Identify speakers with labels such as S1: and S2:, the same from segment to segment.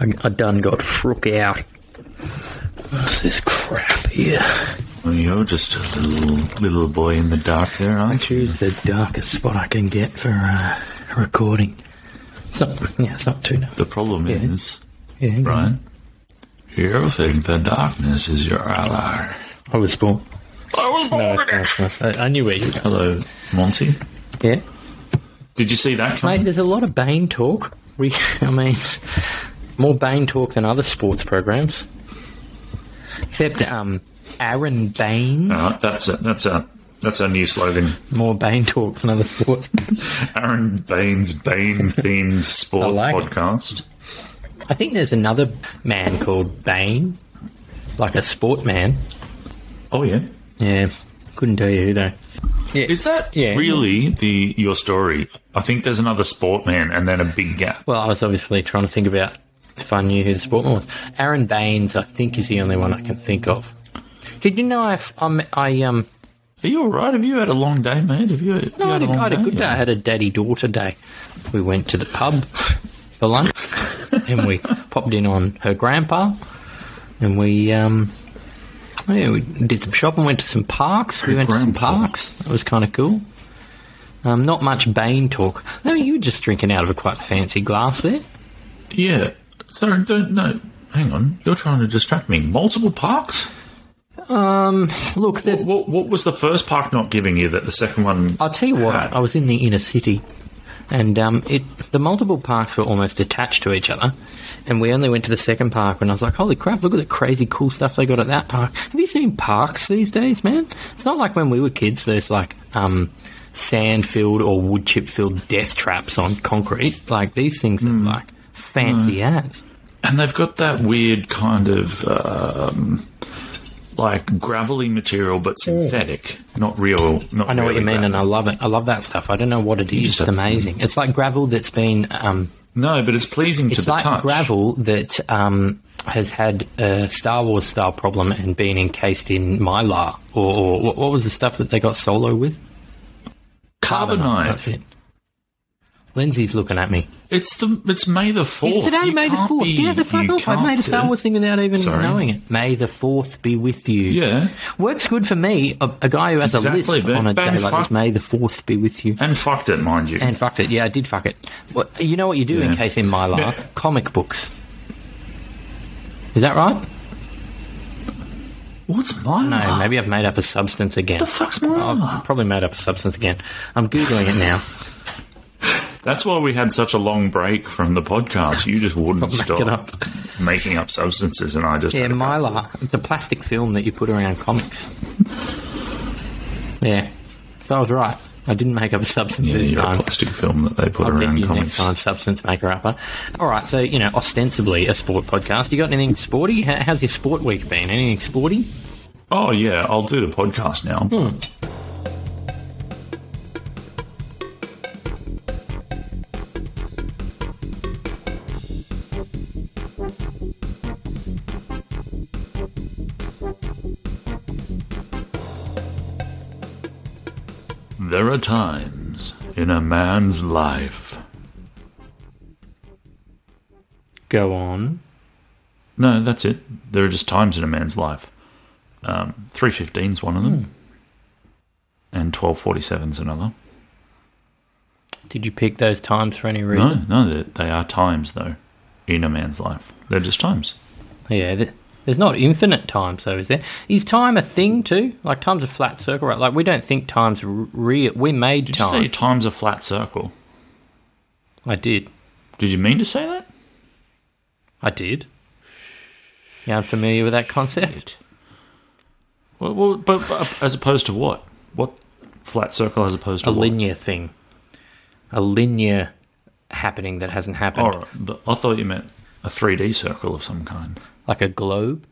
S1: I, I done got frook out. What's this crap here?
S2: Well, you're just a little, little boy in the dark there,
S1: I
S2: aren't you?
S1: choose the darkest spot I can get for uh, recording. It's not, yeah, it's not too dark.
S2: The problem
S1: Yeah.
S2: is,
S1: Yeah,
S2: Brian, you think the darkness is your ally.
S1: I was born. No, it's nice, nice. I, I knew where you were.
S2: Hello, Monty.
S1: Yeah,
S2: Did you see that
S1: mate.
S2: coming?
S1: There's a lot of Bane talk. We, I mean, more Bane talk than other sports programs. Except um, Aaron Baines.
S2: All right, that's a, that's a that's our new slogan.
S1: More Bane talk than other sports.
S2: Aaron Baines Bane themed sport
S1: like it.
S2: podcast.
S1: I think there's another man called Bane, like a sport man.
S2: Oh yeah,
S1: Yeah, couldn't tell you who though. Yeah.
S2: is that
S1: Yeah.
S2: really the your story? I think there's another sport man and then a big gap.
S1: Well, I was obviously trying to think about if I knew who the sportman was. Aaron Baines, I think, is the only one I can think of. Did you know I, f- I'm- I um
S2: Are you all right? Have you had a long day, mate? Have you? have you
S1: no, I had, a,
S2: long
S1: I had a good day. I
S2: Yeah.
S1: had a daddy daughter day. We went to the pub for lunch, and we popped in on her grandpa, and we um yeah we did some shopping, went to some parks. we
S2: Her
S1: went to
S2: grandpa.
S1: some parks. It was kind of cool. Um, not much Bane talk. No, you were just drinking out of a quite fancy glass there.
S2: Yeah. Sorry, don't no. Hang on, you're trying to distract me. Multiple parks.
S1: Um, Look, the,
S2: What, what was the first park not giving you that the second one?
S1: I'll tell you what,
S2: had?
S1: I was in the inner city, and um, it the multiple parks were almost attached to each other, and we only went to the second park, and I was like, holy crap, look at the crazy cool stuff they got at that park. Have you seen parks these days, man? It's not like when we were kids, there's like um, sand-filled or wood-chip-filled death traps on concrete. Like, these things
S2: Hmm.
S1: are like fancy ass.
S2: And they've got that weird kind of um, like gravelly material, but synthetic, not real. Not
S1: I know what
S2: really
S1: you mean,
S2: gravel.
S1: and I love it. I love that stuff. I don't know what it is.
S2: just
S1: It's
S2: have-
S1: amazing. It's like gravel that's been um,
S2: No, but it's pleasing to
S1: It's
S2: the
S1: like
S2: touch.
S1: gravel that um, has had a Star Wars style problem and been encased in mylar, or, or what, what was the stuff that they got solo with? Carbonite, That's
S2: Carbonite.
S1: it. Lindsay's looking at me.
S2: It's the it's May the fourth.
S1: It's today,
S2: You
S1: May the
S2: can't
S1: 4th.
S2: be-
S1: Get the fuck
S2: you
S1: off. I
S2: can't
S1: made a Star
S2: do-
S1: Wars thing without even
S2: Sorry.
S1: knowing it. May the 4th be with you.
S2: Yeah,
S1: Works good for me, a, a guy who has
S2: Exactly,
S1: a list
S2: but
S1: on a
S2: bang
S1: day like
S2: fuck-
S1: this. May the 4th be with you.
S2: and fucked it, mind you.
S1: And fucked it. Yeah, I did fuck it. Well, you know what you do in
S2: Yeah.
S1: case in mylar?
S2: Yeah.
S1: Comic books. Is that right?
S2: What's my
S1: No,
S2: line?
S1: maybe I've made up a substance again.
S2: What the fuck's my line?
S1: I've probably made up a substance again. I'm googling it now.
S2: That's why we had such a long break from the podcast. You just wouldn't
S1: Stop
S2: stop
S1: making
S2: making up substances, and I just
S1: Yeah,
S2: had a go.
S1: mylar. It's a plastic film that you put around comics. yeah, so I was right. I didn't make up a substance
S2: Yeah,
S1: this
S2: you're a
S1: time.
S2: plastic film that they put
S1: I'll get
S2: around
S1: you next
S2: comics.
S1: time, substance maker upper. All right, so you know, ostensibly a sport podcast. You got anything sporty? How- How's your sport week been? Anything sporty?
S2: Oh yeah, I'll do the podcast now. There are times in a man's life.
S1: Go on.
S2: No, that's it. There are just times in a man's life. Um, 315's one of them, and 1247's another.
S1: Did you pick those times for any reason?
S2: No, no, they, they are times, though, in a man's life. They're just times.
S1: Yeah, th- there's not infinite time, so is there? Is time a thing too? Like time's a flat circle, right? Like we don't think time's r- real. We made
S2: Did you
S1: time.
S2: say time's a flat circle?
S1: I did.
S2: Did you mean to say that?
S1: I did. You unfamiliar with that concept?
S2: Well, well but, but as opposed to what? What flat circle as opposed to
S1: A
S2: what?
S1: linear thing. A linear happening that hasn't happened.
S2: All Oh, right, but I thought you meant a 3D circle of some kind.
S1: Like a globe.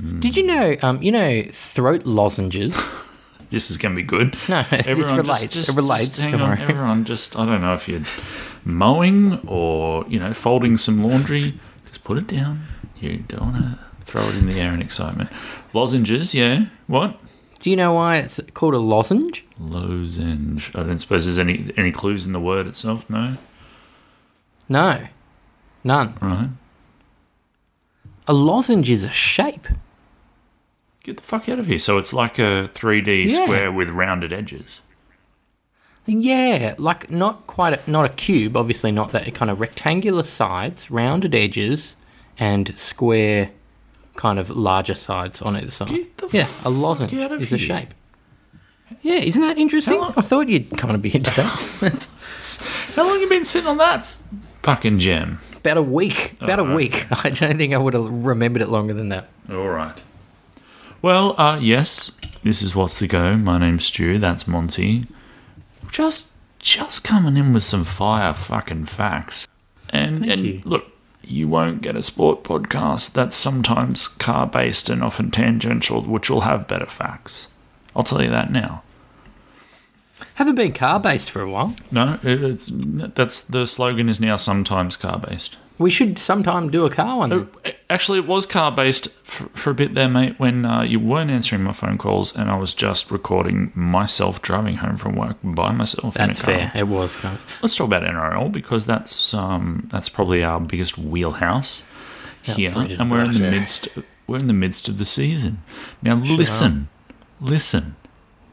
S2: Hmm.
S1: Did you know, um, you know, throat lozenges?
S2: This is going to be good.
S1: No, this relates. It relates,
S2: Just hang
S1: don't
S2: on,
S1: worry.
S2: everyone. Just I don't know if you're mowing or you know folding some laundry. Just put it down. You don't want to throw it in the air in excitement. Lozenges, yeah. What?
S1: Do you know why it's called a lozenge?
S2: Lozenge. I don't suppose there's any any clues in the word itself. No.
S1: No. None.
S2: right?
S1: A lozenge is a shape.
S2: Get the fuck out of here. So it's like a 3D
S1: Yeah.
S2: square with rounded edges.
S1: Yeah, like not quite a, not a cube, obviously not that kind of rectangular sides, rounded edges, and square, kind of larger sides on either side.
S2: Get the
S1: yeah,
S2: fuck
S1: a lozenge
S2: out of
S1: is a
S2: here.
S1: shape. Yeah, isn't that interesting?
S2: How long-
S1: I thought you'd kind of be into that.
S2: How long you been sitting on that fucking gem?
S1: about a week, about a
S2: Oh,
S1: week. I don't think I would have remembered it longer than that.
S2: All right. Well, uh, yes, this is what's the go. My name's Stu. That's Monty. Just, just coming in with some fire fucking facts. And and
S1: you.
S2: look, you won't get a sport podcast that's sometimes car based and often tangential, which will have better facts. I'll tell you that now.
S1: Haven't been car based for a while.
S2: No, it, it's that's the slogan is now sometimes car based.
S1: We should sometime do a car one. then.
S2: Actually, it was car based for, for a bit there, mate, when uh, you weren't answering my phone calls and I was just recording myself driving home from work by myself.
S1: That's
S2: in a car.
S1: fair. It was car.
S2: Let's talk about NRL because that's um, that's probably our biggest wheelhouse here,
S1: Brendan
S2: and we're in the
S1: Burchett.
S2: midst we're in the midst of the season. Now listen, listen.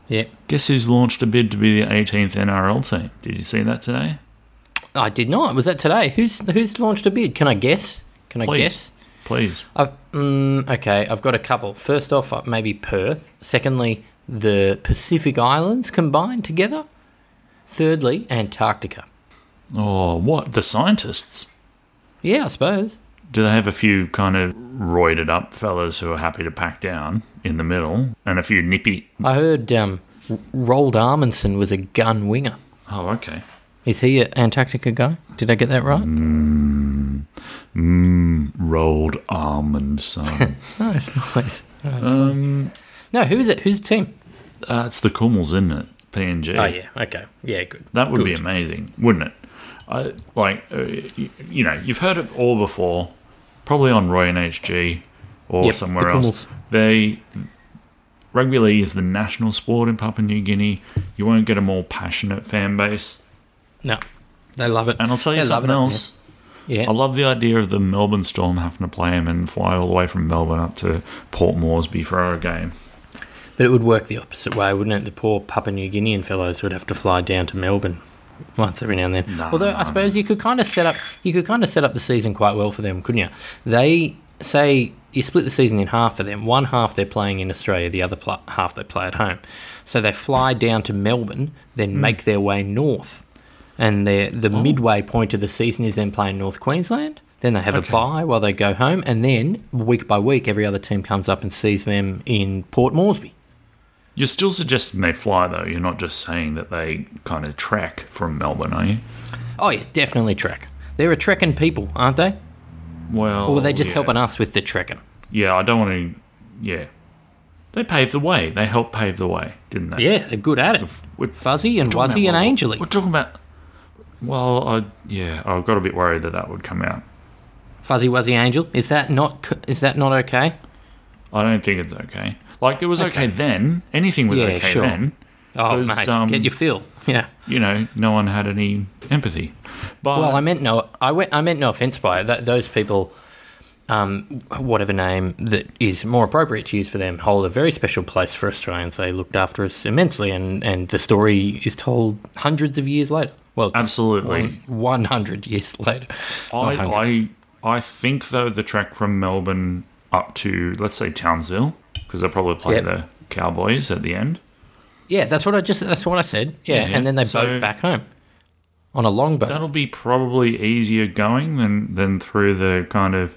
S1: Yeah,
S2: Guess who's launched a bid to be the 18th NRL team? Did you see that today?
S1: I did not. Was that today? Who's who's launched a bid? Can I guess? Can I
S2: Please.
S1: guess?
S2: Please.
S1: I've, mm, okay, I've got a couple. First off, uh, maybe Perth. Secondly, the Pacific Islands combined together. Thirdly, Antarctica.
S2: Oh, what the scientists?
S1: Yeah, I suppose.
S2: Do they have a few kind of roided up fellas who are happy to pack down in the middle, and a few nippy?
S1: I heard um, R- Roald Amundsen was a gun winger.
S2: Oh, okay.
S1: Is he an Antarctica guy? Did I get that right?
S2: Mm. Mmm, rolled almond son.
S1: Nice, nice.
S2: um,
S1: No, who is it? Who's the team?
S2: uh, it's the Kummels, isn't it? PNG.
S1: Oh yeah, okay, yeah, good.
S2: That would
S1: good.
S2: be amazing, wouldn't it? I, like, uh, you, you know, you've heard it all before, probably on Roy and HG or
S1: Yep,
S2: somewhere
S1: the
S2: else.
S1: Kummels.
S2: They rugby league is the national sport in Papua New Guinea. You won't get a more passionate fan base.
S1: No, they love it.
S2: And I'll tell you
S1: They love
S2: something
S1: it up
S2: else.
S1: there. Yeah,
S2: I love the idea of the Melbourne Storm having to play him and fly all the way from Melbourne up to Port Moresby for our game.
S1: But it would work the opposite way, wouldn't it? The poor Papua New Guinean fellows would have to fly down to Melbourne once every now and then.
S2: No,
S1: Although
S2: no,
S1: I suppose you could kind of set up you could kind of set up the season quite well for them, couldn't you? They say you split the season in half for them. One half they're playing in Australia, the other pl- half they play at home. So they fly down to Melbourne, then make their way north, and their the midway point of the season is then playing North Queensland. Then they have
S2: Okay.
S1: a bye while they go home, and then week by week, every other team comes up and sees them in Port Moresby.
S2: You're still suggesting they fly though. You're not just saying that they kind of trek from Melbourne, are you?
S1: Oh yeah, definitely trek. They're a trekking people, aren't they?
S2: Well,
S1: Or were they just
S2: Oh, yeah.
S1: helping us with the trekking?
S2: Yeah, I don't want to. Yeah, they paved the way. They helped pave the way, didn't they?
S1: Yeah, they're good at it.
S2: We're
S1: Fuzzy and
S2: talking
S1: Wuzzy and
S2: about-
S1: Angely.
S2: We're talking about. Well, I yeah, I got a bit worried that that would come out.
S1: Fuzzy Wuzzy Angel. Is that not c- is that not okay?
S2: I don't think it's okay. Like it was okay,
S1: Okay.
S2: then. Anything was
S1: Yeah,
S2: okay
S1: sure.
S2: then.
S1: Oh
S2: 'Cause,
S1: mate,
S2: um,
S1: get your fill. Yeah.
S2: you know, no one had any empathy. But
S1: Well, I meant no. I went, I meant no offense by it. That, those people, um, whatever name that is more appropriate to use for them, hold a very special place for Australians. They looked after us immensely, and and the story is told hundreds of years later. Well,
S2: absolutely.
S1: one hundred years later. Not hundreds.
S2: I, I I think though the trek from Melbourne up to let's say Townsville because they probably play
S1: Yep.
S2: the Cowboys at the end.
S1: Yeah, that's what I just that's what I said. Yeah,
S2: Yeah,
S1: and then they
S2: so-
S1: boat back home on a long boat.
S2: That'll be probably easier going than than through the kind of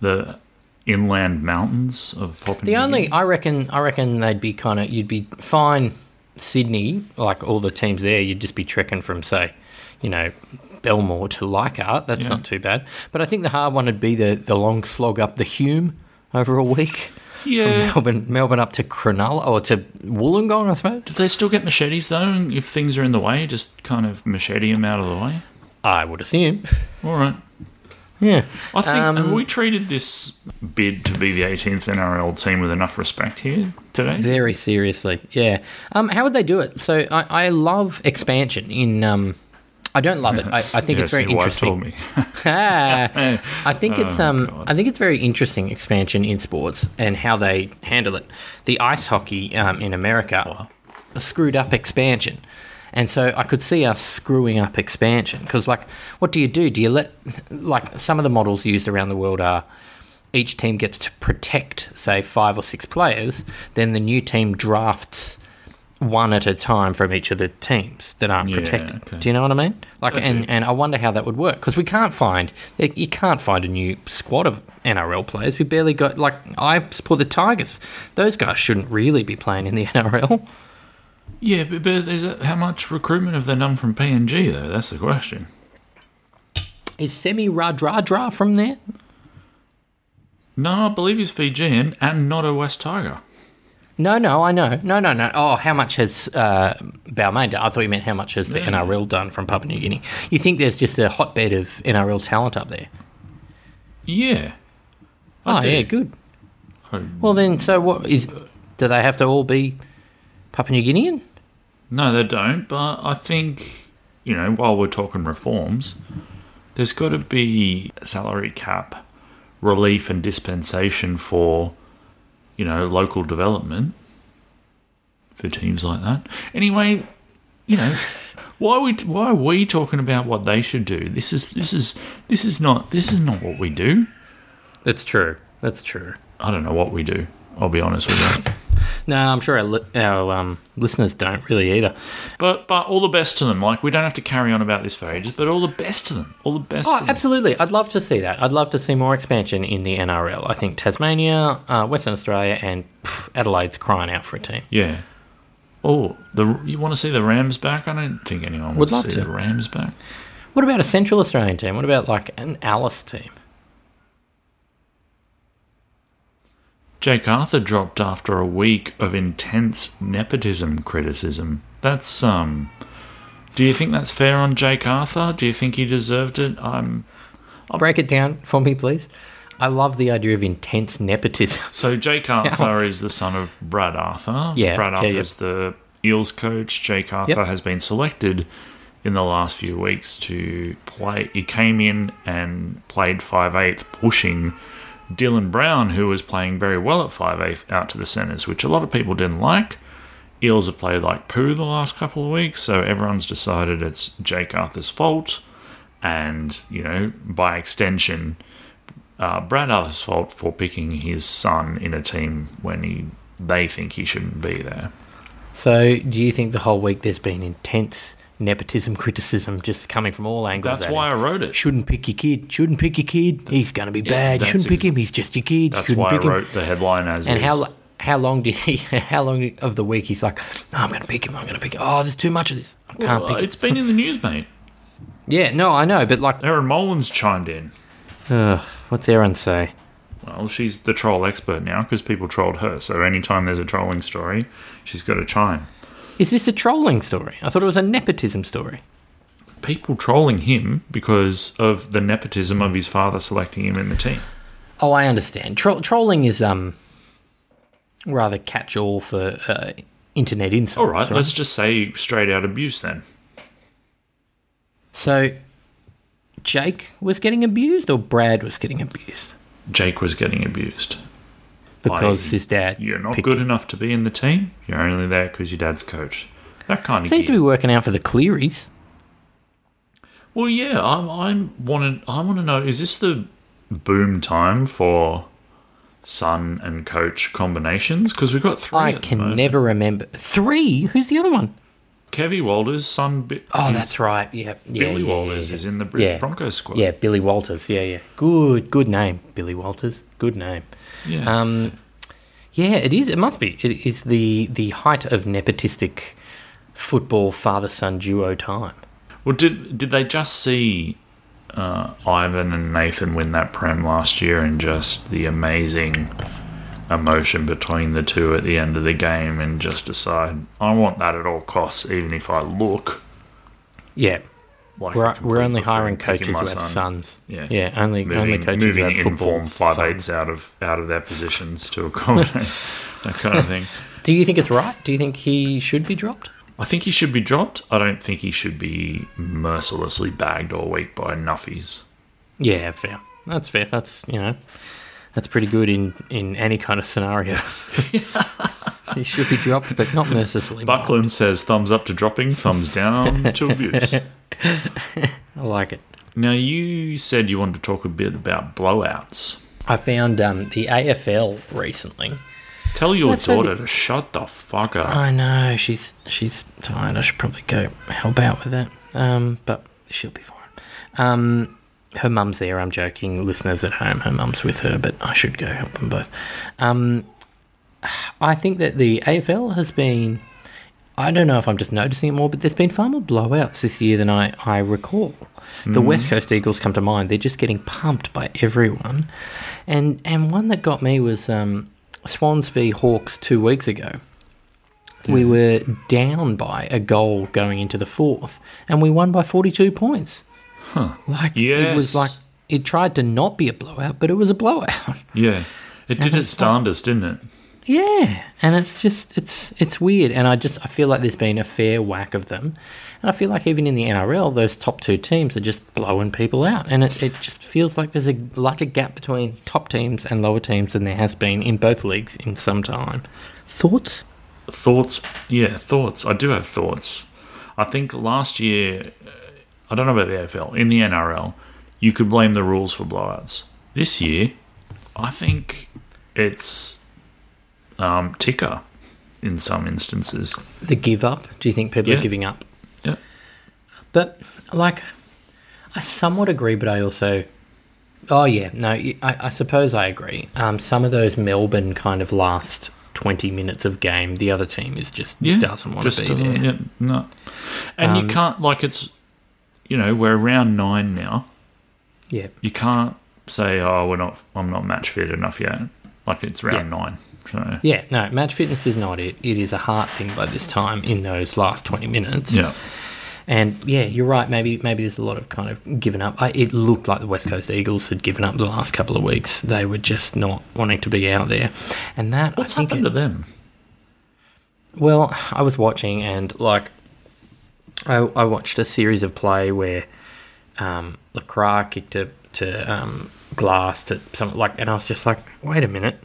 S2: the inland mountains of Papua
S1: The
S2: New
S1: only
S2: Guinea.
S1: I reckon I reckon they'd be kind of you'd be fine Sydney like all the teams there you'd just be trekking from say you know Belmore to Leichhardt that's
S2: Yeah.
S1: not too bad but I think the hard one would be the the long slog up the Hume over a week
S2: yeah.
S1: from Melbourne Melbourne up to Cronulla or to Wollongong I suppose
S2: Do they still get machetes though? And If things are in the way, just kind of machete them out of the way.
S1: I would assume
S2: All right.
S1: yeah
S2: I think
S1: Um,
S2: have we treated this bid to be the 18th NRL team with enough respect here today?
S1: Very seriously, yeah. Um, how would they do it? So I, I love expansion in um, I don't love it. I, I think
S2: Yeah,
S1: it's very
S2: see, your wife
S1: interesting.
S2: told me.
S1: Ah, I think it's
S2: Oh,
S1: um,
S2: God.
S1: I think it's very interesting expansion in sports and how they handle it. The ice hockey um, in America screwed up expansion, and so I could see us screwing up expansion because, like, what do you do? Do you let like some of the models used around the world are each team gets to protect say five or six players, then the new team drafts one at a time from each of the teams that aren't
S2: Yeah,
S1: protected.
S2: okay.
S1: Do you know what I mean? Like,
S2: Okay.
S1: and, and I wonder how that would work because we can't find like, you can't find a new squad of NRL players. We barely got like I support the Tigers. Those guys shouldn't really be playing in the NRL.
S2: Yeah, but, but is it, how much recruitment have they done from PNG though? That's the question.
S1: Is Semi Radradra from there?
S2: No, I believe he's Fijian and not a West Tiger.
S1: No, no, I know. No, no, no. Oh, how much has uh, Balmain done? I thought you meant how much has the
S2: Yeah.
S1: NRL done from Papua New Guinea. You think there's just a hotbed of NRL talent up there?
S2: Yeah.
S1: Oh,
S2: I do.
S1: yeah, good.
S2: Oh,
S1: Well, then, so what is? Do they have to all be Papua New Guinean?
S2: No, they don't. But I think, you know, while we're talking reforms, there's got to be a salary cap relief and dispensation for, you know, local development for teams like that. Anyway, you know, why are we why are we talking about what they should do? This is this is this is not this is not what we do.
S1: That's true. That's true.
S2: I don't know what we do. I'll be honest with you.
S1: No, I'm sure our, li- our um, listeners don't really either.
S2: But but all the best to them. Like we don't have to carry on about this for ages. But all the best to them. All the best.
S1: Oh,
S2: to them.
S1: absolutely. I'd love to see that. I'd love to see more expansion in the NRL. I think Tasmania, uh, Western Australia, and pff, Adelaide's crying out for a team.
S2: Yeah. Oh, the you want to see the Rams back? I don't think anyone
S1: Would
S2: would
S1: love
S2: see
S1: to.
S2: the Rams back.
S1: What about a Central Australian team? What about like an Alice team?
S2: Jake Arthur dropped after a week of intense nepotism criticism. That's um. Do you think that's fair on Jake Arthur? Do you think he deserved it? Um.
S1: Break it down for me, please. I love the idea of intense nepotism.
S2: So Jake Arthur is the son of Brad Arthur.
S1: Yeah,
S2: Brad
S1: yeah,
S2: Arthur
S1: yeah.
S2: is the Eels coach. Jake Arthur
S1: Yep.
S2: has been selected in the last few weeks to play. He came in and played five eighth, pushing Dylan Brown, who was playing very well at five eighth, out to the centres, which a lot of people didn't like. Eels have played like poo the last couple of weeks, so everyone's decided it's Jake Arthur's fault, and you know, by extension, uh, Brad Arthur's fault for picking his son in a team when he they think he shouldn't be there.
S1: So, do you think the whole week there's been intense nepotism criticism just coming from all angles?
S2: That's
S1: at
S2: why
S1: him?
S2: I wrote it.
S1: Shouldn't pick your kid. Shouldn't pick your kid. He's going to be bad. You
S2: that's
S1: shouldn't pick
S2: ex-
S1: him. He's just your kid. You
S2: That's
S1: shouldn't
S2: why I
S1: pick him.
S2: wrote the headline as
S1: And
S2: is.
S1: how how long did he? How long of the week he's like, "No, I'm going to pick him. I'm going to pick him. Oh, there's too much of this. I can't
S2: Well,
S1: pick him.
S2: it's been in the news, mate.
S1: Yeah, no, I know, but like,
S2: Erin Mullins chimed in.
S1: ugh, what's Aaron say?
S2: Well, she's the troll expert now because people trolled her. So anytime there's a trolling story, she's got to chime.
S1: Is this a trolling story? I thought it was a nepotism story.
S2: People trolling him because of the nepotism of his father selecting him in the team.
S1: Oh, I understand. Tro- trolling is um rather catch all for uh, internet insults.
S2: All right, let's just say straight out abuse then.
S1: So Jake was getting abused, or Brad was getting abused
S2: Jake was getting abused.
S1: because
S2: I-
S1: his dad.
S2: You're not
S1: picked
S2: good
S1: him.
S2: enough to be in the team. You're only there because your dad's coach. That kind of
S1: Seems to be working out for the Clearys.
S2: Well, yeah, I'm. I'm wanted. I want to know: is this the boom time for son and coach combinations? Because we've got three.
S1: I
S2: at the
S1: can
S2: moment.
S1: never remember three. Who's the other one?
S2: Kevy Walters, son. Bi-
S1: Oh,
S2: is-
S1: that's right. Yeah, yeah,
S2: Billy
S1: yeah, yeah,
S2: Walters
S1: yeah.
S2: is in the Br-
S1: Yeah.
S2: Broncos squad.
S1: Yeah, Billy Walters. Yeah, yeah. Good, good name, Billy Walters. Good name.
S2: yeah.
S1: Um, yeah, it is. It must be. It is the the height of nepotistic football father son duo time.
S2: well, did did they just see uh, Ivan and Nathan win that prem last year, and just the amazing emotion between the two at the end of the game, and just decide I want that at all costs, even if I look
S1: Yeah,
S2: like a
S1: we're,
S2: complete
S1: we're only
S2: buffoon
S1: hiring
S2: picking
S1: coaches
S2: my
S1: who have
S2: son.
S1: sons.
S2: Yeah.
S1: yeah, only
S2: moving,
S1: only coaches
S2: moving
S1: who have football
S2: informed five
S1: sons.
S2: eights out of out of their positions to accommodate that kind of thing.
S1: Do you think it's right? Do you think he should be dropped?
S2: I think he should be dropped. I don't think he should be mercilessly bagged all week by nuffies.
S1: Yeah, fair. That's fair. That's you know, that's pretty good in in any kind of scenario. he should be dropped, but not mercifully.
S2: Buckland says thumbs up to dropping, thumbs down to abuse.
S1: I like it.
S2: Now, you said you wanted to talk a bit about blowouts.
S1: I found um, the AFL recently.
S2: Tell your
S1: That's so
S2: daughter to shut the fuck up.
S1: I know she's she's tired. I should probably go help out with that. Um, but she'll be fine. Um, her mum's there. I'm joking. Listeners at home, her mum's with her, but I should go help them both. Um, I think that the AFL has been. I don't know if I'm just noticing it more, but there's been far more blowouts this year than I, I recall. The West Coast Eagles come to mind. They're just getting pumped by everyone. And and one that got me was um, Swans v Hawks two weeks ago. We were down by a goal going into the fourth, and we won by 42 points. Huh. Like, it
S2: Yes.
S1: was like it tried to not be a blowout, but it was a blowout.
S2: Yeah. It did its darndest, didn't it?
S1: Yeah, and it's just it's it's weird, and I just I feel like there's been a fair whack of them, and I feel like even in the NRL, those top two teams are just blowing people out, and it, it just feels like there's a larger gap between top teams and lower teams than there has been in both leagues in some time. Thoughts?
S2: Thoughts? Yeah, thoughts. I do have thoughts. I think last year, uh, I don't know about the AFL, in the NRL, you could blame the rules for blowouts. This year, I think it's um, ticker in some instances.
S1: The give up? Do you think people
S2: Yeah.
S1: are giving up?
S2: Yeah.
S1: But like, I somewhat agree, but I also, oh yeah, no, y- I, I suppose I agree. Um, some of those Melbourne kind of last twenty minutes of game, the other team is just
S2: yeah,
S1: doesn't Um, want to be
S2: doesn't-
S1: there.
S2: Yeah, no. And you can't like it's, you know, we're around nine now.
S1: Yeah,
S2: You can't say, oh, we're not, I'm not match fit enough yet. Like it's round nine. So
S1: yeah, no, match fitness is not it. It is a heart thing by this time in those last twenty minutes.
S2: yeah,
S1: And yeah, you're right. Maybe maybe there's a lot of kind of given up. I, it looked like the West Coast Eagles had given up the last couple of weeks. They were just not wanting to be out there, and that
S2: what's
S1: I think it-
S2: happened to them?
S1: Well, I was watching and like I, I watched a series of play where um, Lacroix kicked to to um, Glass to something like, and I was just like, wait a minute,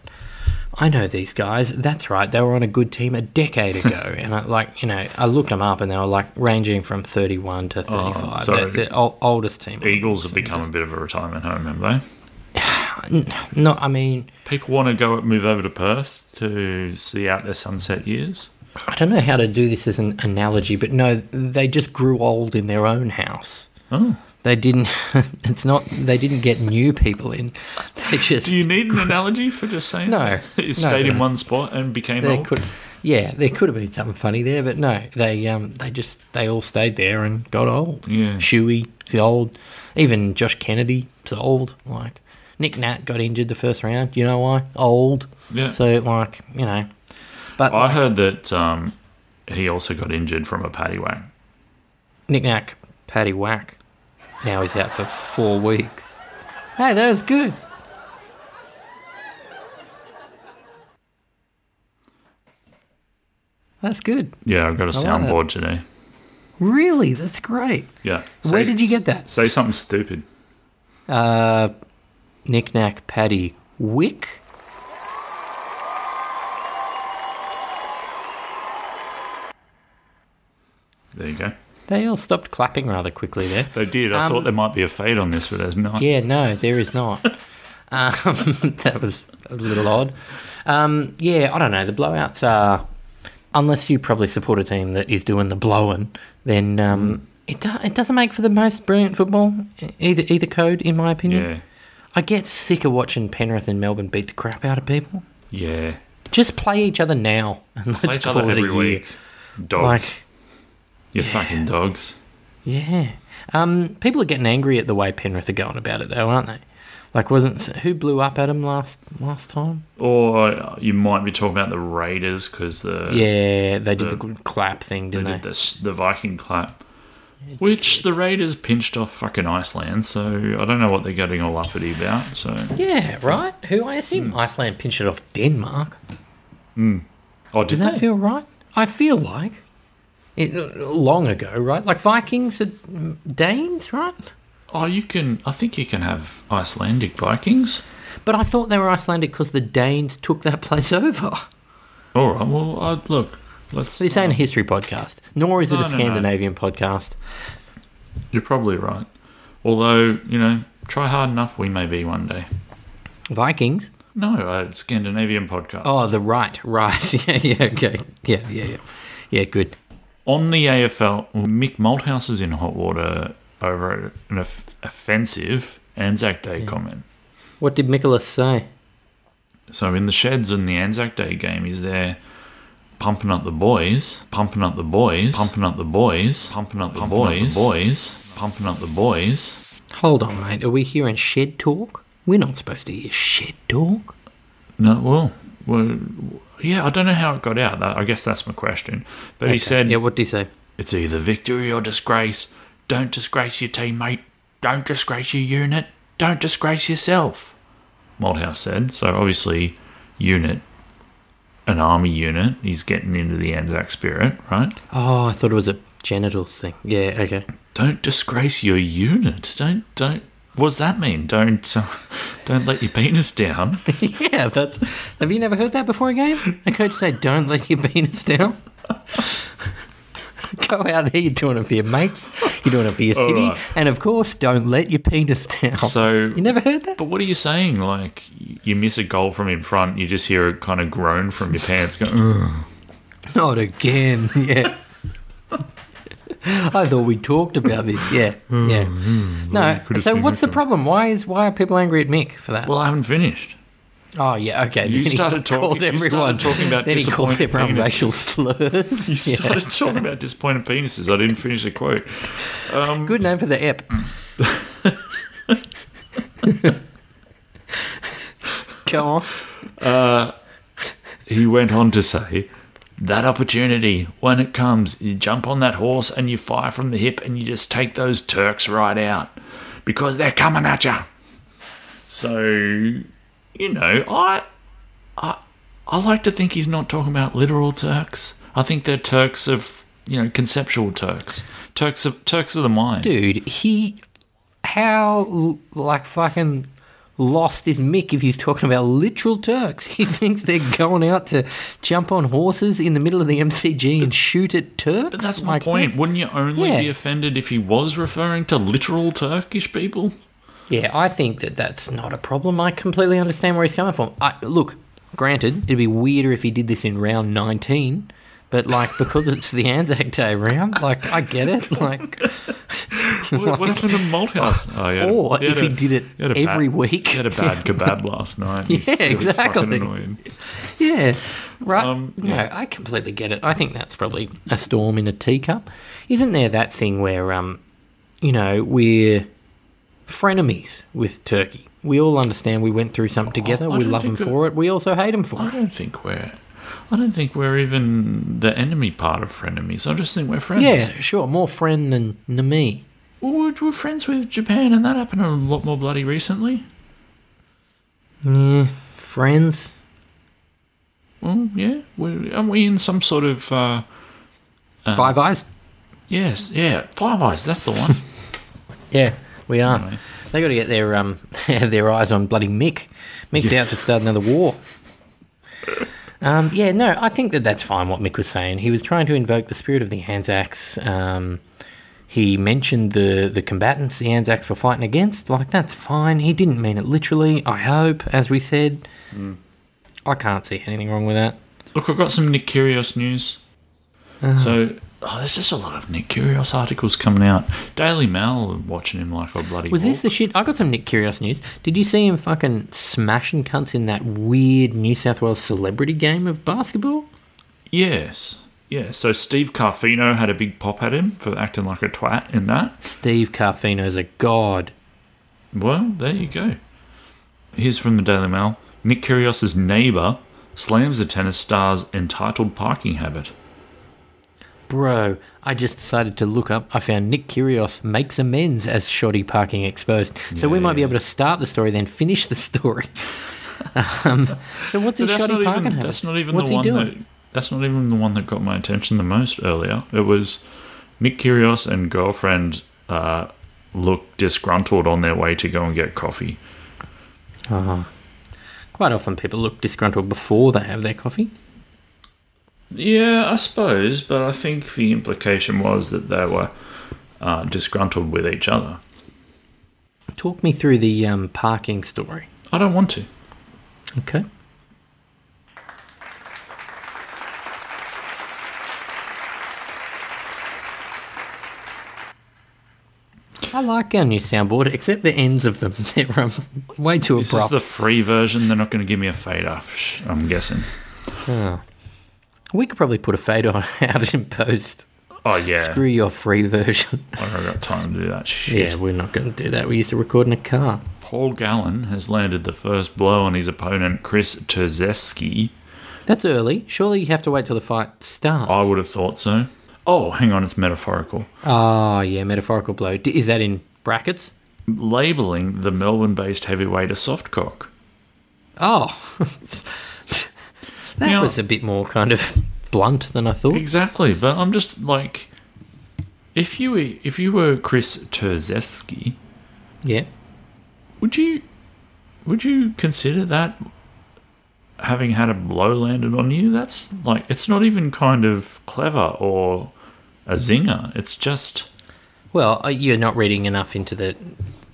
S1: I know these guys. That's right, they were on a good team a decade ago, and I like you know I looked them up and they were like ranging from thirty one to thirty five.
S2: sorry.
S1: the, the ol- oldest team.
S2: Eagles have become a bit of a retirement home, haven't they?
S1: No, I mean
S2: People want to go move over to Perth to see out their sunset years.
S1: I don't know how to do this as an analogy, but no, they just grew old in their own house.
S2: Oh,
S1: They didn't. It's not. They didn't get new people in. They just.
S2: do you need an analogy for just saying
S1: No,
S2: that? You
S1: no,
S2: stayed in
S1: but-
S2: one spot and became
S1: they
S2: old.
S1: could. Yeah, there could have been something funny there, but no. They um. They just. They all stayed there and got old.
S2: Yeah.
S1: Shuey, the old. Even Josh Kennedy's old. Like Nick Nat got injured the first round. You know why? Old.
S2: Yeah.
S1: So like you know. But
S2: I heard that um, he also got injured from a paddy whack.
S1: Nick Nack, Paddy Whack. Now he's out for four weeks. Hey, that was good. That's good.
S2: Yeah, I've got a
S1: I like that.
S2: soundboard today.
S1: Really? That's great.
S2: Yeah.
S1: Where did you get that?
S2: Say something stupid.
S1: Nick Nack, Paddy Wick.
S2: There you go.
S1: They all stopped clapping rather quickly there.
S2: They did. I
S1: Um,
S2: thought there might be a fade on this, but there's not.
S1: Yeah, no, there is not. um, that was a little odd. Um, yeah, I don't know. The blowouts are, unless you probably support a team that is doing the blowing, then
S2: Mm.
S1: um, it do- it doesn't make for the most brilliant football. e- Either either code, in my opinion.
S2: Yeah.
S1: I get sick of watching Penrith and Melbourne beat the crap out of people.
S2: Yeah.
S1: Just play each other now, and let's
S2: Play each
S1: call
S2: other
S1: it a
S2: every
S1: year.
S2: week. Dogs.
S1: Like.
S2: you fucking dogs.
S1: Yeah. Um, people are getting angry at the way Penrith are going about it, though, aren't they? Like, wasn't who blew up at him last last time?
S2: Or uh, you might be talking about the Raiders because the
S1: yeah, they did the,
S2: the-
S1: clap thing,
S2: they
S1: didn't they?
S2: did this, the Viking clap, which the Raiders pinched off fucking Iceland. So I don't know what they're getting all uppity about. So
S1: Yeah, right. Who I
S2: Hmm.
S1: assume Iceland pinched it off Denmark.
S2: oh, did
S1: Does that
S2: they?
S1: feel right? I feel like it, long ago, right? Like Vikings are Danes, right?
S2: Oh, you can. I think you can have Icelandic Vikings.
S1: But I thought they were Icelandic because the Danes took that place over.
S2: All right. Well, uh, look. Let's.
S1: This ain't a
S2: uh,
S1: history podcast, nor is it
S2: No,
S1: a
S2: no, no.
S1: Scandinavian podcast.
S2: you're probably right. Although you know, try hard enough, we may be one day.
S1: Vikings?
S2: No, uh, Scandinavian podcast.
S1: Oh, the right, right. yeah, yeah, okay. Yeah, yeah, yeah. Yeah, good.
S2: On the AFL, Mick Malthouse is in hot water over an off- offensive Anzac Day comment.
S1: What did Mikolas say?
S2: So in the sheds in the Anzac Day game, he's there pumping up the boys, pumping up the boys, pumping up the boys, pumping up the boys, boys, pumping up the boys.
S1: Hold on, mate. Are we hearing shed talk? We're not supposed to hear shed talk.
S2: No, well, well, yeah, I don't know how it got out. That- I guess that's my question. But he said
S1: Yeah, what did he say?
S2: it's either victory or disgrace. Don't disgrace your teammate. Don't disgrace your unit. Don't disgrace yourself. Malthouse said. So obviously, unit, an army unit. He's getting into the Anzac spirit, right?
S1: Oh, I thought it was a genitals thing. Yeah, okay.
S2: don't disgrace your unit. Don't don't. What does that mean? Don't uh, don't let your penis down.
S1: yeah, that's. Have you never heard that before a game? A coach say, "Don't let your penis down." Go out there. You're doing it for your mates. You're doing it for your
S2: All
S1: city,
S2: right.
S1: and of course, don't let your penis down.
S2: So,
S1: you never heard that?
S2: but what are you saying? Like y- you miss a goal from in front, you just hear a kind of groan from your pants. Going, "Ugh."
S1: Not again. Yeah. I thought we talked about this. Yeah,
S2: Hmm,
S1: yeah. No.
S2: could've
S1: So
S2: seen
S1: what's
S2: that
S1: the problem? Why is why are people angry at Mick for that?
S2: well, I haven't finished.
S1: oh yeah, okay.
S2: You
S1: Then he
S2: started talking-
S1: called
S2: you started talking about
S1: then he called
S2: disappointed
S1: everyone
S2: penises.
S1: racial slurs.
S2: You
S1: Yeah.
S2: started talking about disappointed penises. I didn't finish the quote.
S1: Good name for the app. Come on.
S2: He went on to say. That opportunity, when it comes, you jump on that horse and you fire from the hip and you just take those Turks right out because they're coming at you. So, you know, I, I, I like to think he's not talking about literal Turks. I think they're Turks of, you know, conceptual Turks, Turks of Turks of the mind.
S1: Dude, he. How, l- like, fucking lost is Mick if he's talking about literal Turks? He thinks they're going out to jump on horses in the middle of the MCG and shoot at Turks?
S2: But that's my
S1: Like,
S2: point. Wouldn't you only
S1: Yeah.
S2: be offended if he was referring to literal Turkish people?
S1: Yeah, I think that that's not a problem. I completely understand where he's coming from. I, look, granted, it'd be weirder if he did this in round 19, but like because it's the Anzac Day round, like I get it. Like,
S2: What, what happened to Malthouse? Oh, yeah.
S1: or if he did it
S2: had a
S1: every
S2: bad,
S1: week.
S2: He had a bad kebab last night. He's
S1: Yeah,
S2: really fucking
S1: exactly.
S2: annoyed.
S1: yeah, right.
S2: yeah.
S1: No, Um, I completely get it. I think that's probably a storm in a teacup. Isn't there that thing where, um, you know, we're frenemies with Turkey? We all understand we went through something together.
S2: Oh, I
S1: we
S2: don't
S1: love them
S2: think it-
S1: for it. We also hate them for
S2: I
S1: it.
S2: don't think we're. I don't think we're even the enemy part of frenemies. I just think we're friends.
S1: Yeah, sure. More friend than me.
S2: Well, We're, we're friends with Japan, and that happened a lot more bloody recently.
S1: Yeah, friends.
S2: Well, yeah. We're, aren't we in some sort of. Uh,
S1: Five Eyes.
S2: yes, yeah. Five Eyes, that's the one.
S1: Yeah, we are.
S2: Anyway.
S1: They got to get their um their eyes on bloody Mick. Mick's out to start another war. Um, yeah, no, I think that that's fine. What Mick was saying, he was trying to invoke the spirit of the Anzacs. Um, he mentioned the the combatants the Anzacs were fighting against. Like that's fine. He didn't mean it literally. I hope, as we said, I can't see anything wrong with that.
S2: Look, I've got some Nick Curios news.
S1: Uh-huh.
S2: So, oh, there's just a lot of Nick Curios articles coming out. Daily Mail are watching him like a bloody.
S1: Was
S2: hawk.
S1: this the shit? I got some Nick Curios news. Did you see him fucking smashing cunts in that weird New South Wales celebrity game of basketball?
S2: Yes. Yeah, so Steve Carfino had a big pop at him for acting like a twat in that.
S1: Steve Carfino's a god.
S2: Well, there you go. Here's from the Daily Mail Nick Kyrgios's neighbour slams the tennis star's entitled parking habit.
S1: Bro, I just decided to look up. I found Nick Curios makes amends as shoddy parking exposed. So we might be
S2: Yeah.
S1: able to start the story, then finish the story. um, so what's his
S2: But that's,
S1: shoddy
S2: not
S1: parking
S2: even,
S1: habit?
S2: that's not even
S1: what's
S2: the
S1: he
S2: one
S1: doing?
S2: that that's not even the one that got my attention the most earlier. It was Nick Kyrgios and girlfriend uh, looked disgruntled on their way to go and get coffee.
S1: Quite often people look disgruntled before they have their coffee.
S2: Yeah, I suppose, but I think the implication was that they were uh, disgruntled with each other.
S1: Talk me through the um, parking story.
S2: I don't want to.
S1: Okay. I like our new soundboard, except the ends of them. They're um, way too
S2: This is
S1: abrupt.
S2: the free version. They're not going to give me a fade up, sh- I'm guessing.
S1: we could probably put a fade on out in post.
S2: Oh, yeah.
S1: Screw your free version.
S2: I don't got time to do that shit.
S1: yeah, we're not going to do that. We used to record in a car.
S2: Paul Gallen has landed the first blow on his opponent, Chris Terzewski.
S1: That's early. Surely you have to wait till the fight starts.
S2: I would have thought so. Oh, hang on, it's metaphorical.
S1: Oh, yeah, metaphorical blow. D- is that in brackets?
S2: Labeling the Melbourne based heavyweight a softcock.
S1: Oh. that
S2: Now-
S1: was a bit more kind of blunt than I thought.
S2: Exactly, but I'm just like, if you were, if you were Chris Terzewski,
S1: Yeah.
S2: would you would you consider that having had a blow landed on you? That's like it's not even kind of clever or a zinger. It's just
S1: Well, uh, you're not reading enough into the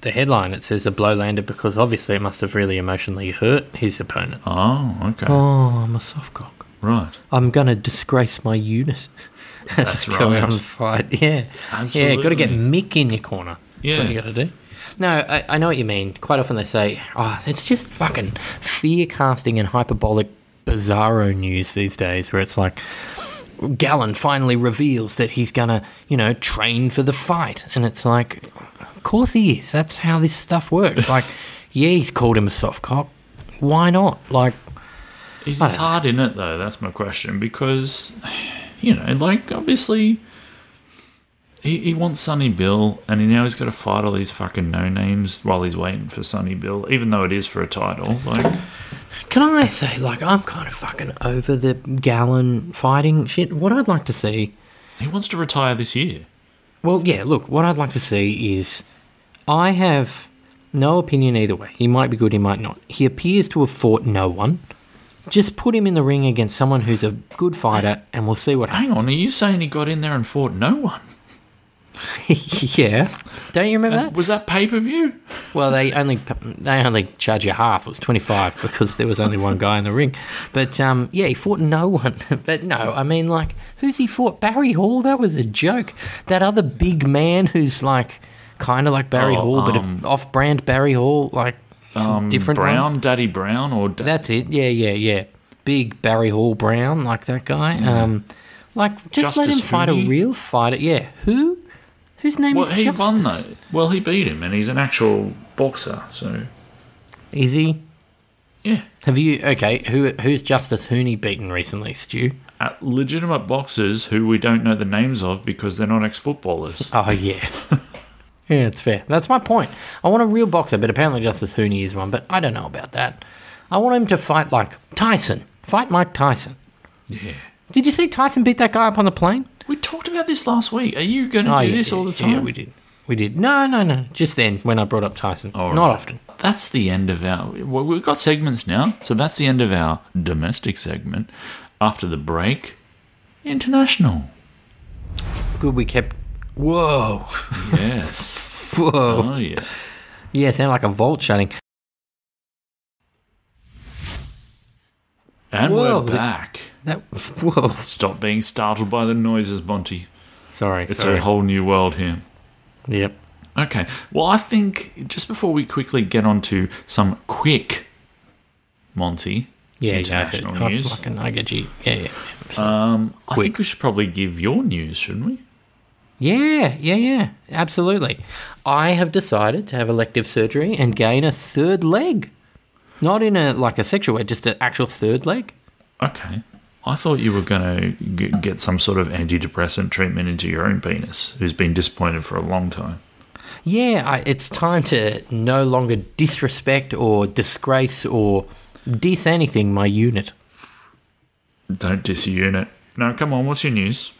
S1: the headline. It says a blow landed because obviously it must have really emotionally hurt his opponent.
S2: oh, okay,
S1: Oh, I'm a softcock.
S2: right.
S1: I'm going to disgrace my unit. That's,
S2: That's
S1: going
S2: right.
S1: on the fight. Yeah. Yeah, got to get Mick in your corner. That's what you
S2: Yeah.
S1: got to do. No, I, I know what you mean. Quite often they say, oh, it's just fucking fear casting and hyperbolic bizarro news these days where it's like, Gallon finally reveals that he's going to, you know, train for the fight. And it's like, of course he is. That's how this stuff works. Like, yeah, he's called him a soft cock. Why not? Like,
S2: Is
S1: I
S2: his
S1: don't know.
S2: heart in it though? That's my question because, you know, like obviously, he, he wants Sonny Bill, and he now he's got to fight all these fucking no names while he's waiting for Sonny Bill, even though it is for a title. Like,
S1: Can I say, like, I'm kind of fucking over the Gallon fighting shit. What I'd like to see,
S2: he wants to retire this year.
S1: well, yeah, look, what I'd like to see is I have no opinion either way. He might be good, he might not. He appears to have fought no one. Just put him in the ring against someone who's a good fighter, and we'll see what happens.
S2: Hang on, are you saying he got in there and fought no one?
S1: yeah, don't you remember that?
S2: Was that pay per view?
S1: Well, they only they only charge you half. It was twenty five because there was only one guy in the ring. But um, yeah, he fought no one. But no, I mean, like, who's he fought? Barry Hall. That was a joke. That other big man who's like kind of like Barry
S2: Oh,
S1: Hall, but
S2: um,
S1: off brand Barry Hall, like different one.
S2: Brown, Daddy Brown, or da-
S1: That's it. Yeah, yeah, yeah. Big Barry Hall Brown, like that guy. Um, like just let
S2: Mm. Justice
S1: him fight
S2: Hooney?
S1: a real fighter. Yeah, who? Whose name
S2: well,
S1: is
S2: he
S1: Justice?
S2: won though. Well, he beat him, and he's an actual boxer. So
S1: Is he?
S2: yeah,
S1: Have you okay? Who who's Justice Hooney beaten recently, Stu?
S2: Uh legitimate boxers who we don't know the names of because they're not ex-footballers.
S1: Oh yeah, yeah, it's fair. That's my point. I want a real boxer, but apparently Justice Hooney is one. But I don't know about that. I want him to fight like Tyson. Fight Mike Tyson.
S2: Yeah.
S1: Did you see Tyson beat that guy up on the plane? Oh,
S2: We talked about this last week. Are you going to do this all the time?
S1: Yeah, we did. We did. No, no, no. Just then when I brought up Tyson.
S2: All
S1: Not
S2: right.
S1: often.
S2: That's the end of our. Well, we've got segments now, so that's the end of our domestic segment. After the break, international.
S1: Good. We kept. Whoa,
S2: Yes.
S1: whoa.
S2: oh yeah.
S1: Yeah, sound like a vault shutting.
S2: And
S1: Whoa,
S2: we're
S1: the-
S2: back.
S1: That. Whoa.
S2: Stop being startled by the noises, Monty.
S1: Sorry.
S2: It's
S1: sorry.
S2: a whole new world here.
S1: Yep.
S2: Okay. Well, I think just before we quickly get on to some quick Monty
S1: Yeah,
S2: international
S1: yeah, I-
S2: news,
S1: I, can- I get you. Yeah, yeah, yeah.
S2: I think we should probably give your news, shouldn't we?
S1: yeah, yeah, yeah. Absolutely. I have decided to have elective surgery and gain a third leg. Not in a like a sexual way, just an actual third leg.
S2: Okay. I thought you were going to g- get some sort of antidepressant treatment into your own penis, who's been disappointed for a long time.
S1: Yeah, I, it's time to no longer disrespect or disgrace or diss anything my unit.
S2: Don't diss a unit. No, come on, what's your news?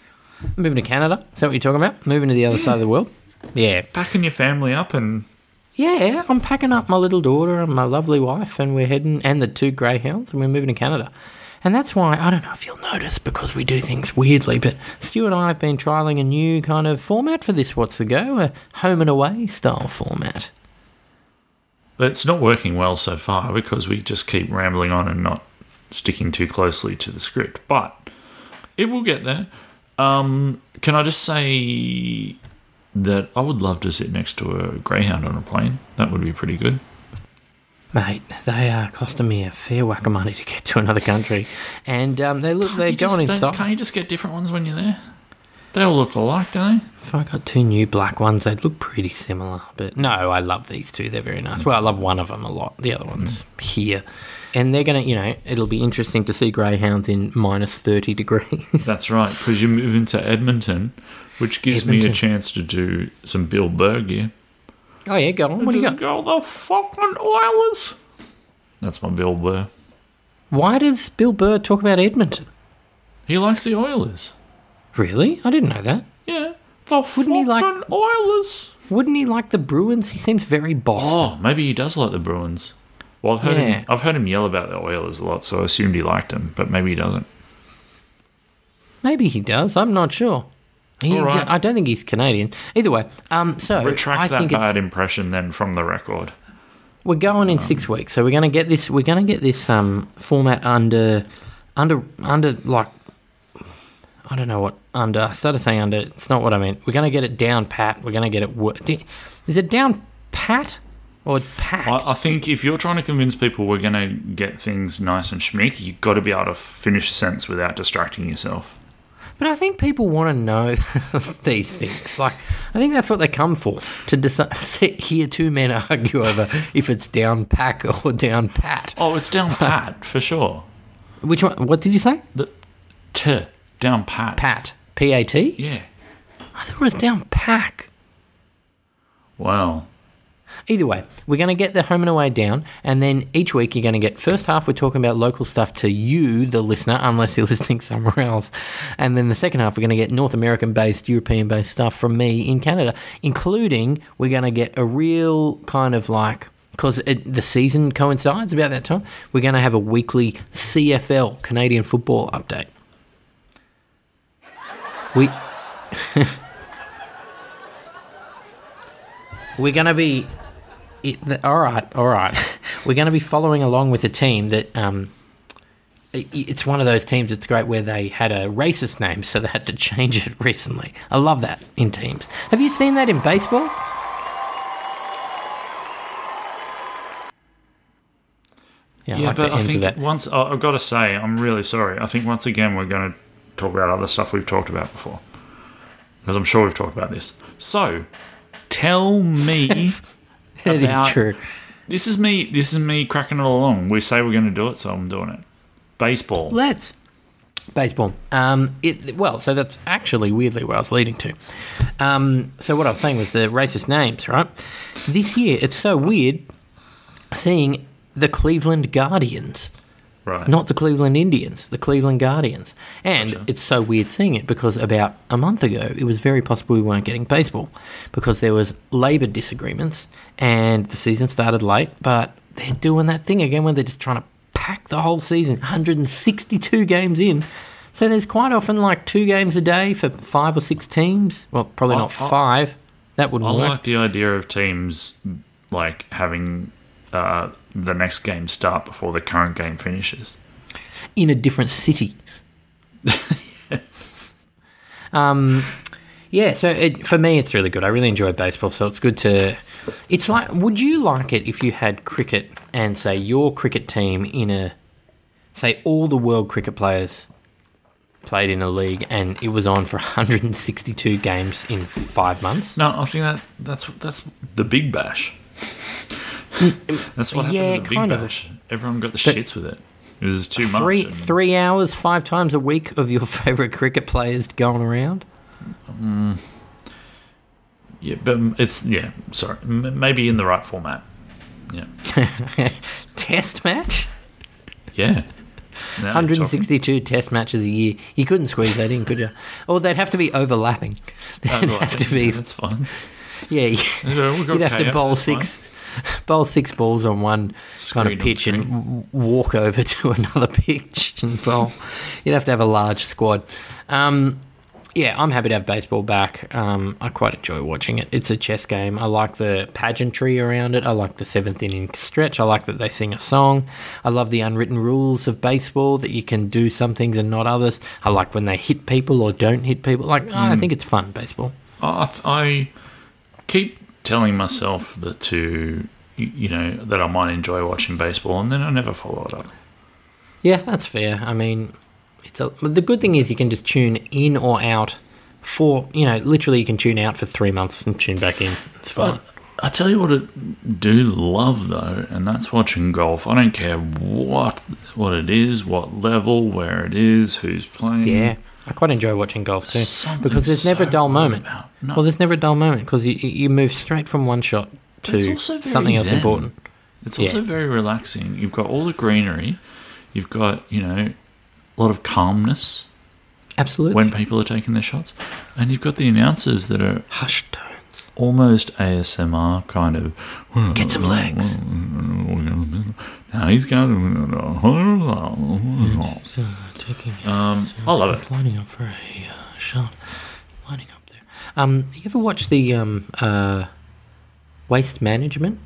S1: Moving to Canada. Is that what you're talking about? Moving to the other side of the world? Yeah.
S2: Packing your family up and
S1: Yeah, I'm packing up my little daughter and my lovely wife, and we're heading, and the two greyhounds, and we're moving to Canada. And that's why, I don't know if you'll notice because we do things weirdly, but Stu and I have been trialing a new kind of format for this What's the Go, a home and away style format.
S2: it's not working well so far because we just keep rambling on and not sticking too closely to the script. But it will get there. Um, can I just say that I would love to sit next to a greyhound on a plane? That would be pretty good.
S1: Mate, they are costing me a fair whack of money to get to another country. And um, they look, they're
S2: You just
S1: going in
S2: don't-
S1: stock.
S2: Can't you just get different ones when you're there? They all look alike, don't they?
S1: If I got two new black ones, they'd look pretty similar. But no, I love these two. They're very nice. Well, I love one of them a lot. The other one's here. And they're going to, you know, it'll be interesting to see greyhounds in minus 30 degrees.
S2: That's right, because you move into Edmonton, which gives me a
S1: Edmonton.
S2: chance to do some Bill Bergier.
S1: oh, yeah, go on. What do you
S2: Just
S1: got?
S2: go the Falkland Oilers. That's my Bill Burr.
S1: Why does Bill Burr talk about Edmonton?
S2: He likes the Oilers.
S1: Really? I didn't know that.
S2: Yeah, the
S1: Wouldn't he like-
S2: Falkland Oilers.
S1: Wouldn't he like the Bruins? He seems very Boston.
S2: Oh, maybe he does like the Bruins. Well, I've heard
S1: Yeah.
S2: him. I've heard him yell about the Oilers a lot, so I assumed he liked them, but maybe he doesn't.
S1: Maybe he does. I'm not sure. He,
S2: Oh. All right.
S1: I don't think he's Canadian. Either way, um, so
S2: Retract
S1: I
S2: that
S1: think it's
S2: bad impression then from the record.
S1: We're going in six
S2: Um,
S1: weeks, so we're going to get this. We're going to get this um, format under, under, under like, I don't know what under. I started saying under. It's not what I meant. We're going to get it down pat. We're going to get it. Wor- di- Is it down pat or packed?
S2: I, I think if you're trying to convince people we're going to get things nice and schmick, you've got to be able to finish sense without distracting yourself.
S1: but I think people want to know these things. Like, I think that's what they come for to decide. Sit here, two men argue over if it's down pack or down pat.
S2: Oh, it's down pat for sure.
S1: Which one? What did you say?
S2: The t down pat.
S1: Pat. P A T.
S2: Yeah.
S1: I thought it was down pack.
S2: Wow.
S1: Either way, we're going to get the home and away down, and then each week you're going to get first half, we're talking about local stuff to you, the listener, unless you're listening somewhere else. And then the second half, we're going to get North American based, European based stuff from me in Canada, including we're going to get a real kind of like, because the season coincides about that time, we're going to have a weekly CFL, Canadian football update. We. We're going to be it, th all right, all right. We're going to be following along with a team that um, it, it's one of those teams that's great where they had a racist name, so they had to change it recently. I love that in teams. Have you seen that in baseball? Yeah, I
S2: yeah,
S1: like
S2: but
S1: the
S2: I
S1: end of
S2: think
S1: that.
S2: once I I've got to say, I'm really sorry. I think once again we're going to talk about other stuff we've talked about before, because I'm sure we've talked about this. So, tell me.
S1: It
S2: about-
S1: is true.
S2: This is me. This is me cracking it along. We say we're going to do it, so I'm doing it. Baseball.
S1: Let's. Baseball. Um, it, well, so that's actually weirdly where I was leading to. Um, so what I was saying was the racist names, right? This year, it's so weird seeing the Cleveland Guardians,
S2: right.
S1: not the Cleveland Indians, the Cleveland Guardians. And it's so weird seeing it because about a month ago, it was very possible we weren't getting baseball because there was labour disagreements and the season started late, but they're doing that thing again where they're just trying to pack the whole season, 162 games in. So there's quite often like two games a day for five or six teams. Well, probably
S2: I-
S1: not
S2: I-
S1: five. That wouldn't
S2: I
S1: work.
S2: like the idea of teams like having uh, the next game start before the current game finishes.
S1: in a different city. um, yeah, so it, for me, it's really good. I really enjoy baseball, so it's good to. It's like, would you like it if you had cricket and say your cricket team in a, say all the world cricket players played in a league and it was on for 162 games in five months?
S2: No, I think that that's that's the Big Bash. that's what happened
S1: Yeah,
S2: to the Big
S1: kind of.
S2: Bash. Everyone got the
S1: But-
S2: shits with it. It was too
S1: Three
S2: much. and-
S1: three hours, five times a week of your favorite cricket players going around.
S2: Yeah, but it's yeah. Sorry, M- maybe in the right format. Yeah,
S1: Test match.
S2: yeah. you're
S1: 162 test matches a year. You couldn't squeeze that in, could you? Or they'd have to be overlapping. They'd have to be.
S2: That's fine.
S1: Yeah,
S2: Yeah, we've got
S1: you'd have to
S2: KO,
S1: bowl
S2: that's
S1: six, bowl six balls on one
S2: Screen
S1: kind
S2: on
S1: of pitch and w- walk over to another pitch and bowl. you'd have to have a large squad. Um, yeah, I'm happy to have baseball back. Um, I quite enjoy watching it. It's a chess game. I like the pageantry around it. I like the seventh inning stretch. I like that they sing a song. I love the unwritten rules of baseball that you can do some things and not others. I like when they hit people or don't hit people. Like I think it's fun baseball.
S2: I, I keep telling myself that to you- you know that I might enjoy watching baseball, and then I never follow it up.
S1: Yeah, that's fair. I mean, it's a, but the good thing is you can just tune in or out for you know literally you can tune out for three months and tune back in. It's fun.
S2: But I tell you what, I do love though, and that's watching golf. I don't care what what it is, what level, where it is, who's playing.
S1: yeah, I quite enjoy watching golf too
S2: Something
S1: because there's never
S2: so
S1: a dull
S2: good
S1: moment.
S2: about- no.
S1: Well, there's never a dull moment because you you you move straight from one shot
S2: But it's
S1: to
S2: also very
S1: something else
S2: zen.
S1: important.
S2: It's
S1: Yeah.
S2: also very relaxing. You've got all the greenery. You've got you know a lot of calmness
S1: Absolutely.
S2: when people are taking their shots, and you've got the announcers that are
S1: Hushed tones.
S2: almost ASMR kind of.
S1: Get some legs.
S2: Now he's going.
S1: So, taking
S2: Um, I love it.
S1: It's lining up for a uh, shot. Lining up there. Um, you ever watch the um, uh, Waste Management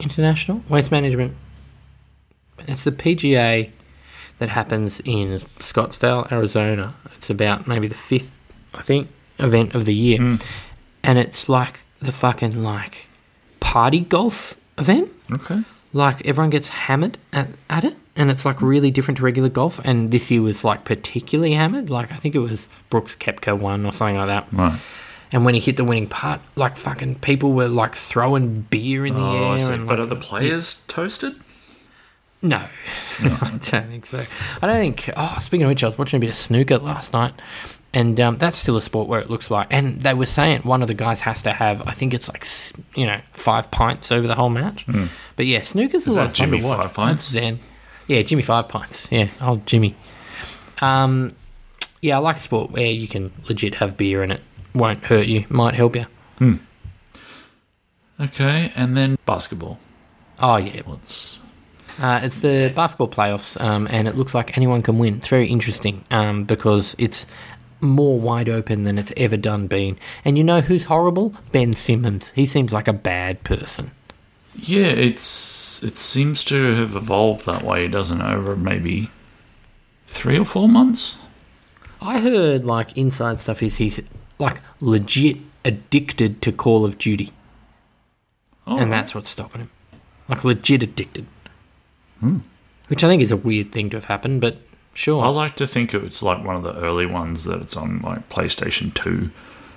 S1: International? Waste Management. It's the PGA that happens in Scottsdale, Arizona. It's about maybe the fifth, I think, event of the year, and it's like the fucking like party golf event
S2: Okay.
S1: like everyone gets hammered at, at it and it's like really different to regular golf and this year was like particularly hammered like i think it was brooks kepka one or something like that
S2: Right.
S1: and when he hit the winning putt like fucking people were like throwing beer in the air
S2: Oh, I see.
S1: and,
S2: But are
S1: like-
S2: the players toasted?
S1: no, I don't think so. I don't think. Oh, speaking of which, I was watching a bit of snooker last night, and um, that's still a sport where it looks like. And they were saying one of the guys has to have, I think it's like s- you know five pints over the whole match. But yeah, snooker's a
S2: Hmm. Is
S1: lot
S2: that
S1: of fun
S2: Jimmy
S1: to watch.
S2: Five Pints?
S1: That's Zen. Yeah, Jimmy Five Pints. Yeah, old Jimmy. Um, yeah, I like a sport where you can legit have beer and it won't hurt you, might help you.
S2: Okay, and then basketball.
S1: Oh yeah,
S2: What's
S1: Uh, it's the basketball playoffs, um, and it looks like anyone can win. It's very interesting um, because it's more wide open than it's ever done been. And you know who's horrible? Ben Simmons. He seems like a bad person.
S2: yeah? It's it seems to have evolved that way, doesn't it? Over maybe three or four months.
S1: I heard like inside stuff is he's like legit addicted to Call of Duty,
S2: Oh,
S1: and that's what's stopping him. Like legit addicted, which I think is a weird thing to have happened, but sure.
S2: I like to think it was like one of the early ones that it's on like PlayStation Two.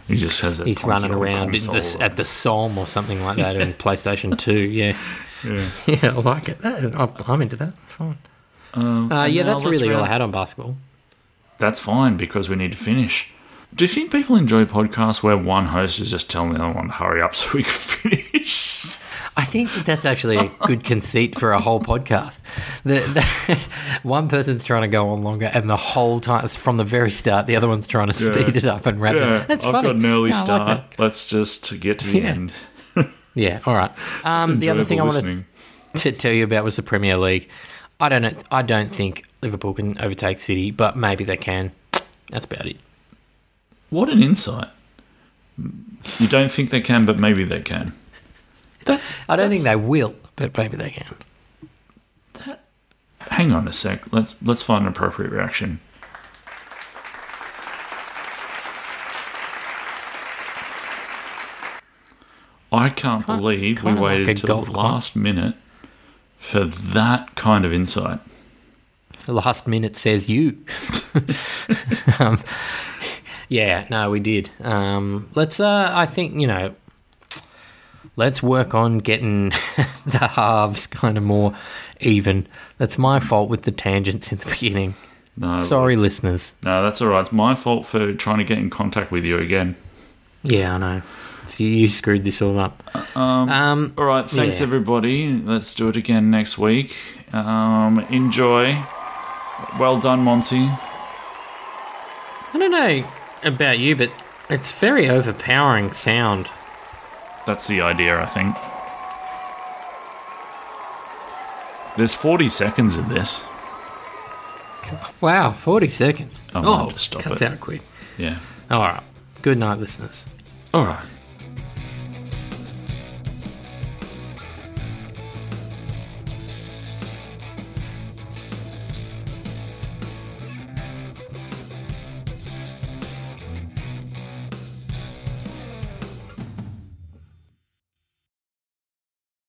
S2: He just has it.
S1: He's running around in the, at the Somme or something like that in PlayStation 2. Yeah.
S2: Yeah.
S1: Yeah, I like it. That, I'm- I'm into that. It's fine.
S2: Um,
S1: uh, yeah, that's really all I had on basketball.
S2: That's fine because we need to finish. Do you think people enjoy podcasts where one host is just telling the other one to hurry up so we can finish?
S1: I think that that's actually a good conceit for a whole podcast. The, the, one person's trying to go on longer, and the whole time, it's from the very start, the other one's trying to speed it up and wrap
S2: yeah,
S1: it. That's
S2: I've
S1: funny.
S2: got an early
S1: Yeah, I like
S2: start.
S1: that.
S2: Let's just get to the
S1: Yeah.
S2: end.
S1: Yeah, all right. Um, the other thing I
S2: enjoyable
S1: wanted to
S2: listening.
S1: tell you about was the Premier League. I don't know, I don't think Liverpool can overtake City, but maybe they can. That's about it.
S2: What an insight! You don't think they can, but maybe they can. That's.
S1: I don't think
S2: that's-
S1: they will, but maybe they can.
S2: Hang on a sec. Let's let's find an appropriate reaction. I can't
S1: Kind-
S2: believe
S1: kinda
S2: we
S1: like
S2: waited
S1: a
S2: till
S1: golf
S2: the
S1: club.
S2: last minute for that kind of insight.
S1: The last minute says you. um, yeah, no, we did. Um, let's. Uh, I think you know. Let's work on getting the halves kind of more even. That's my fault with the tangents in the beginning.
S2: No,
S1: Sorry, listeners.
S2: no, that's all right. It's my fault for trying to get in contact with you again.
S1: Yeah, I know. It's you, you screwed this all up. Um,
S2: All right, thanks
S1: Yeah.
S2: everybody. Let's do it again next week. Um, enjoy. Well done, Monty.
S1: I don't know about you, but it's very overpowering sound.
S2: That's the idea, I think. There's 40 seconds of this.
S1: Wow, 40 seconds.
S2: I might Oh, just stop
S1: Oh, cuts
S2: it.
S1: out quick.
S2: Yeah.
S1: All right. Good night, listeners.
S2: All right.